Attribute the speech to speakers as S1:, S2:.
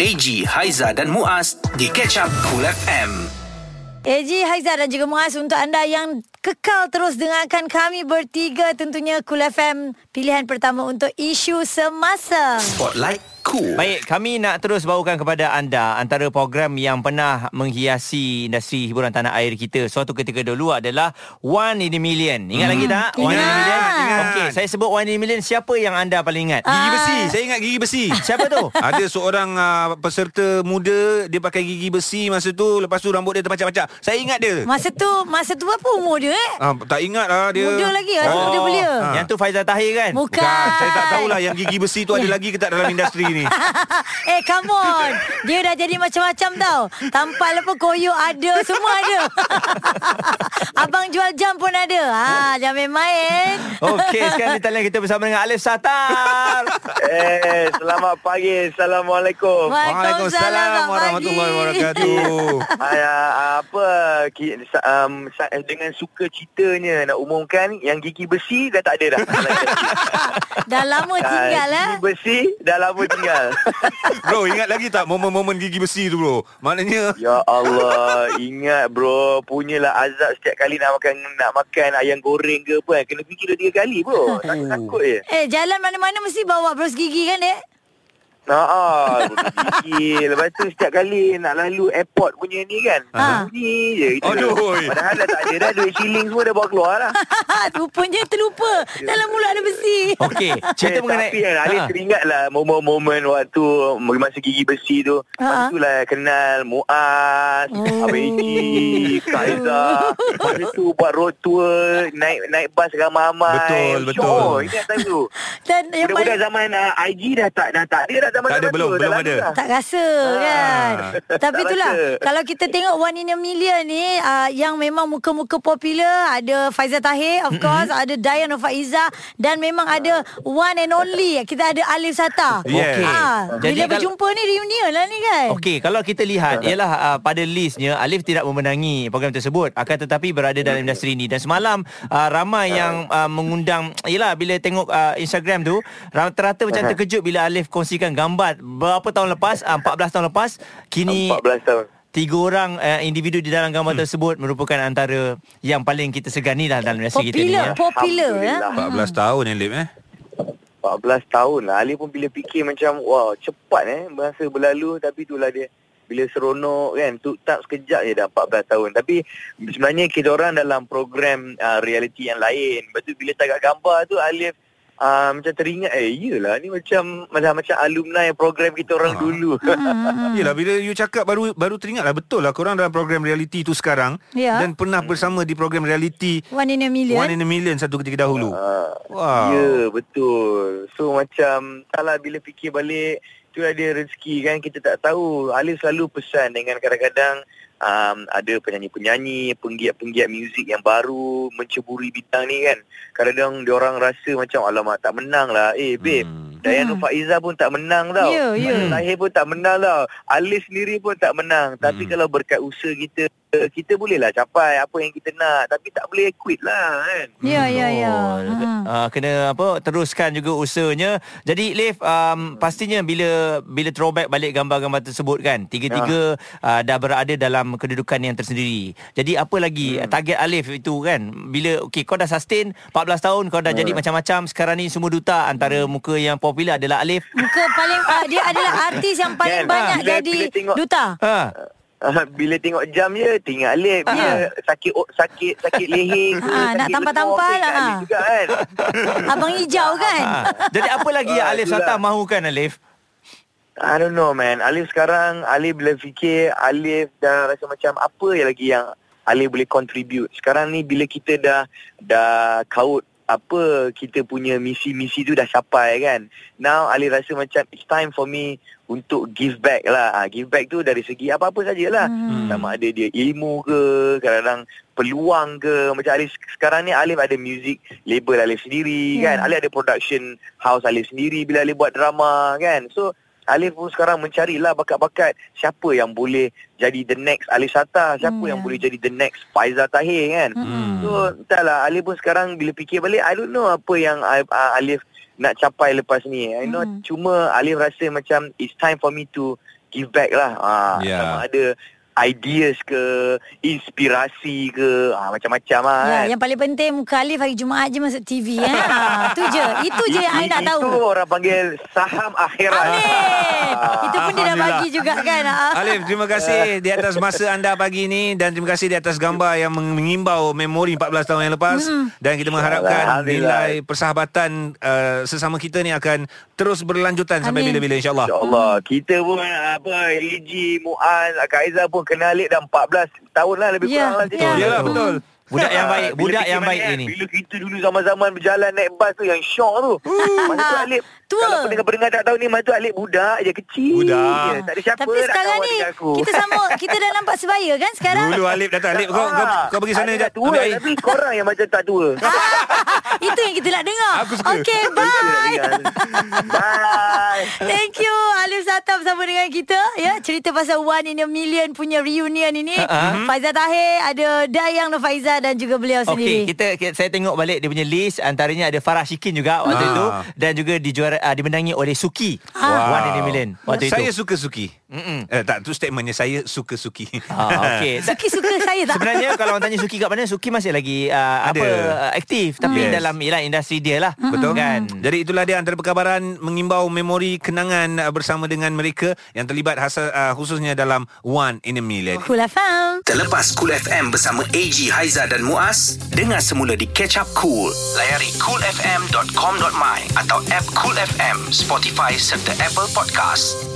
S1: AG, Haiza dan Muaz di Catch Up Cool FM.
S2: AG Haizat dan juga Muaz untuk anda yang kekal terus dengarkan kami bertiga tentunya Cool FM pilihan pertama untuk isu semasa.
S1: Spotlight Cool.
S3: Baik, kami nak terus bawakan kepada anda antara program yang pernah menghiasi industri hiburan tanah air kita suatu ketika dulu adalah One in a Million. Ingat hmm. lagi tak? One in a
S2: Ingat,
S3: Million.
S2: ingat.
S3: Okey, saya sebut One in a Million siapa yang anda paling
S2: Ah.
S3: ingat?
S4: Gigi besi. Saya ingat gigi besi.
S3: Siapa tu?
S4: Ada seorang uh, peserta muda dia pakai gigi besi masa tu lepas tu rambut dia terpacak-pacak. Saya ingat dia.
S2: Masa tu masa tu berapa umur dia eh?
S4: Ah, tak ingat lah dia.
S2: Muda lagi, rasa muda belia.
S4: Ah.
S3: Oh, Yang tu Faizal Tahir kan?
S2: Bukan.
S4: Bukan. Saya tak tahulah yang gigi besi tu ada lagi ke tak dalam industri ni.
S2: eh come on Dia dah jadi macam-macam tau Tampal apa koyok ada Semua ada Abang jual jam pun ada ha, Jangan main-main
S3: Okey, sekarang di talian kita bersama dengan Alif Satar.
S5: Eh, selamat pagi. Assalamualaikum.
S2: Abang Fadi.
S4: warahmatullahi wabarakatuh.
S5: Ay, ah, apa ki- sa- um, sa- dengan suka citanya nak umumkan yang gigi besi dah tak ada dah.
S2: Dah lama tinggal
S5: Ah,
S2: eh.
S5: Gigi besi dah lama tinggal.
S4: Bro, ingat lagi tak momen-momen gigi besi tu bro? Maknanya
S5: ya Allah, ingat bro, punyalah azab setiap kali nak makan nak makan ayam goreng ke apa kan. Kena fikir dua tiga kali bro. Takut-takut je.
S2: Eh jalan mana-mana mesti bawa bros gigi kan dek
S5: Haa, fikir. Ah, Lepas tu setiap kali nak lalu airport punya ni kan.
S2: Ha.
S5: Bunyi je. Itu
S4: Aduh.
S5: Padahal dah tak ada dah. Duit shilling semua dah bawa keluar lah.
S2: Ha, Rupanya terlupa Dalam mulut ada besi
S3: Okey, cerita
S5: eh,
S3: mengenai
S5: Tapi kan Ali
S4: Ah.
S3: Ha.
S5: teringat lah Momen-momen waktu Masa gigi besi tu
S2: Ha.
S5: Lepas tu lah kenal Muaz
S2: Oh.
S5: oh. Abang Iji Kak Aizah Masa tu buat road tour Naik naik bas ramai-ramai
S4: Betul, betul.
S5: Syok, Ingat time tu
S2: Dan yang
S5: Budak-budak
S2: paling
S5: zaman uh, IG dah tak Dah tak ada dah zaman
S4: Tak ada,
S5: zaman
S4: belum,
S5: tu, dah
S4: belum
S5: lalu
S4: ada.
S5: dah.
S2: tak rasa kan Tapi
S5: Tak
S2: itulah
S5: rasa.
S2: Kalau kita tengok One in a Million ni uh, Yang memang muka-muka popular Ada Faizal Tahir Of course Ada Dayan Faiza Dan memang ada One and only Kita ada Alif Sata
S4: Yes.
S2: Okey. Ah,
S3: Jadi
S2: Bila
S3: kalau-
S2: berjumpa ni Reunion lah ni kan
S3: Okey, kalau kita lihat ialah uh, pada listnya Alif tidak memenangi program tersebut akan tetapi berada dalam industri ini dan semalam uh, ramai yang uh, mengundang ialah bila tengok uh, Instagram tu ra- rata-rata macam terkejut bila Alif kongsikan gambar berapa tahun lepas uh, 14 tahun lepas kini
S5: 14 tahun
S3: tiga orang uh, individu di dalam gambar tersebut merupakan antara yang paling kita segani lah dalam industri kita ni
S2: Popular
S3: ya.
S2: Popular ya.
S5: Alhamdulillah.
S4: 14 tahun yang lip eh.
S5: 14 tahun lah Ali pun bila fikir macam Wah cepat eh Masa berlalu Tapi itulah dia Bila seronok kan Tuk tak sekejap je dah 14 tahun Tapi Sebenarnya kita orang dalam program uh, Reality yang lain Lepas tu bila tagak gambar tu Alif Uh, macam teringat eh iyalah ni macam macam macam alumni program kita
S4: Ah.
S5: orang dulu.
S4: Hmm. Yelah bila you cakap baru baru teringat lah betul lah korang dalam program reality tu sekarang
S2: Ya.
S4: dan pernah bersama di program reality
S2: One in a Million
S4: One in a Million satu ketika dahulu.
S5: Ah,
S4: Wow.
S5: Ya betul So macam Taklah bila fikir balik Itulah dia rezeki kan Kita tak tahu Alif selalu pesan Dengan kadang-kadang um, Ada penyanyi-penyanyi Penggiat-penggiat muzik yang baru Menceburi bintang ni kan Kadang-kadang diorang rasa macam Alamak tak menang lah Eh babe
S4: Hmm.
S5: Dayan
S2: Hmm.
S5: Faiza pun tak menang tau
S2: Ya, ya.
S5: Mak Tahir pun tak menang tau Alif sendiri pun tak menang Tapi
S4: Hmm.
S5: kalau berkat usaha kita Kita bolehlah capai Apa yang kita nak Tapi tak boleh quit lah kan
S2: Ya ya ya
S3: Hmm. Uh, kena apa teruskan juga usahanya. Jadi Leif um, pastinya bila bila throwback balik gambar-gambar tersebut kan tiga-tiga
S5: Ya.
S3: uh, dah berada dalam kedudukan yang tersendiri. Jadi apa lagi hmm. target Alif itu kan bila okey kau dah sustain 14 tahun kau
S5: Ya.
S3: dah jadi macam-macam sekarang ni semua duta
S5: Hmm.
S3: antara muka yang popular adalah Alif.
S2: Muka paling uh, Dia adalah artis yang paling
S5: Kan?
S2: banyak
S5: Bila-
S2: jadi
S5: bila tengok-
S2: duta
S3: Ha.
S5: Ah, bila tengok jam je tinggal Alif
S2: Ah.
S5: dia sakit o- sakit sakit leher ke
S2: Ah, nak
S5: sakit
S2: tampal-tampal,
S5: lengan, tengok
S2: ah.
S5: Alif juga kan
S2: Abang hijau kan
S3: Ha. Jadi apa lagi yang
S5: Ah,
S3: Alif
S5: itulah.
S3: Sata mahukan Alif?
S5: I don't know man Alif sekarang Alif bila fikir Alif dah rasa macam apa yang lagi yang Alif boleh contribute sekarang ni bila kita dah dah kaut apa kita punya misi-misi tu dah capai kan now Alif rasa macam it's time for me untuk give back lah ha, give back tu dari segi apa-apa sajalah
S2: Hmm.
S5: hmm. sama ada dia ilmu ke kadang-kadang peluang ke macam Alif sekarang ni Alif ada music label Alif sendiri
S2: Ya.
S5: yeah. kan Alif ada production house Alif sendiri bila Alif buat drama kan so Alif pun sekarang mencarilah bakat-bakat siapa yang boleh jadi the next Alif Sata siapa
S2: Hmm,
S5: yang
S2: ya.
S5: boleh jadi the next Faizal Tahir kan
S2: Hmm.
S5: so entahlah Alif pun sekarang bila fikir balik I don't know apa yang I- uh, Alif nak capai lepas ni I know
S2: Hmm.
S5: cuma Alif rasa macam it's time for me to give back lah. Ha,
S4: Ya.
S5: Sama ada ideas ke, inspirasi ke, ha, macam-macam lah.
S2: Ya,
S5: kan.
S2: yang paling penting muka Alif hari Jumaat je masuk TV eh. Ha, tu je. Itu je yang I nak tahu.
S5: Itu orang panggil saham akhirat.
S2: Amin.
S5: Ah.
S2: Itu pun dia dah
S4: Alhamdulillah.
S2: bagi juga kan. Ha.
S4: Alif, terima kasih di atas masa anda pagi ini dan terima kasih di atas gambar yang meng- mengimbau memori 14 tahun yang lepas dan kita mengharapkan
S5: Alhamdulillah.
S4: nilai persahabatan uh, sesama kita ni akan terus berlanjutan sampai
S2: Amin.
S4: bila-bila insyaAllah.
S5: InsyaAllah Kita pun apa LG, Mu'an, Kak Aizah pun kenal Lik dah 14 tahun lah lebih
S2: Ya,
S5: kurang
S2: ya.
S5: lah macam tu.
S4: Yalah, betul.
S3: Budak yang
S5: Ah,
S3: baik,
S5: bila
S3: budak
S5: fikir
S3: yang baik
S5: balik
S3: dia
S5: kan,
S3: ni.
S5: Bila kita dulu zaman-zaman berjalan naik bas tu yang syok tu.
S2: Hmm.
S5: Masa
S2: Ah,
S5: tu Alip,
S2: Tua.
S5: kalau pendengar-pendengar tak tahu ni, masa tu Alip budak je kecil.
S4: Budak.
S5: Je. Tak ada siapa
S2: Tapi
S5: nak
S2: sekarang
S5: kawan
S2: ni
S5: dengan aku.
S2: kita sama kita dah nampak sebaya kan sekarang?
S4: Dulu Alif datang Alif kau kau,
S5: Ah,
S4: kau pergi sana
S5: Alip
S4: jap.
S5: dah tua,
S4: Ambil air.
S5: tapi korang yang macam tak tua.
S2: Ah, Itu yang kita nak dengar.
S4: Aku suka.
S2: Okay, bye.
S5: Bye.
S2: Thank you Alif Satam bersama dengan kita ya cerita pasal One in a Million punya reunion ini. Uh-huh. Faizal Tahir ada Dayang Nur Faizal dan juga beliau
S3: Okey,
S2: sendiri.
S3: kita, kita saya tengok balik dia punya list antaranya ada Farah Shikin juga waktu
S4: Ah.
S3: itu dan juga dijuara uh, dimenangi oleh Suki.
S2: Ah.
S3: One in a million waktu
S4: saya
S3: itu.
S4: suka Suki. Eh, tak, tu statementnya saya suka Suki.
S3: Ah, okey. Tak-
S2: Suki suka saya tak?
S3: Sebenarnya kalau orang tanya Suki kat mana Suki masih lagi uh,
S4: Ada.
S3: apa uh, aktif tapi
S4: Yes.
S3: yes. dalam ialah industri dia lah.
S4: Betul
S3: kan?
S4: Jadi itulah dia antara perkabaran mengimbau memori kenangan uh, bersama dengan mereka yang terlibat hasa, uh, khususnya dalam One in a Million.
S2: Cool FM.
S1: Terlepas Cool FM bersama AG, Haiza dan Muaz, dengar semula di Catch Up Cool. Layari coolfm.com.my atau app Cool FM, Spotify serta Apple Podcast.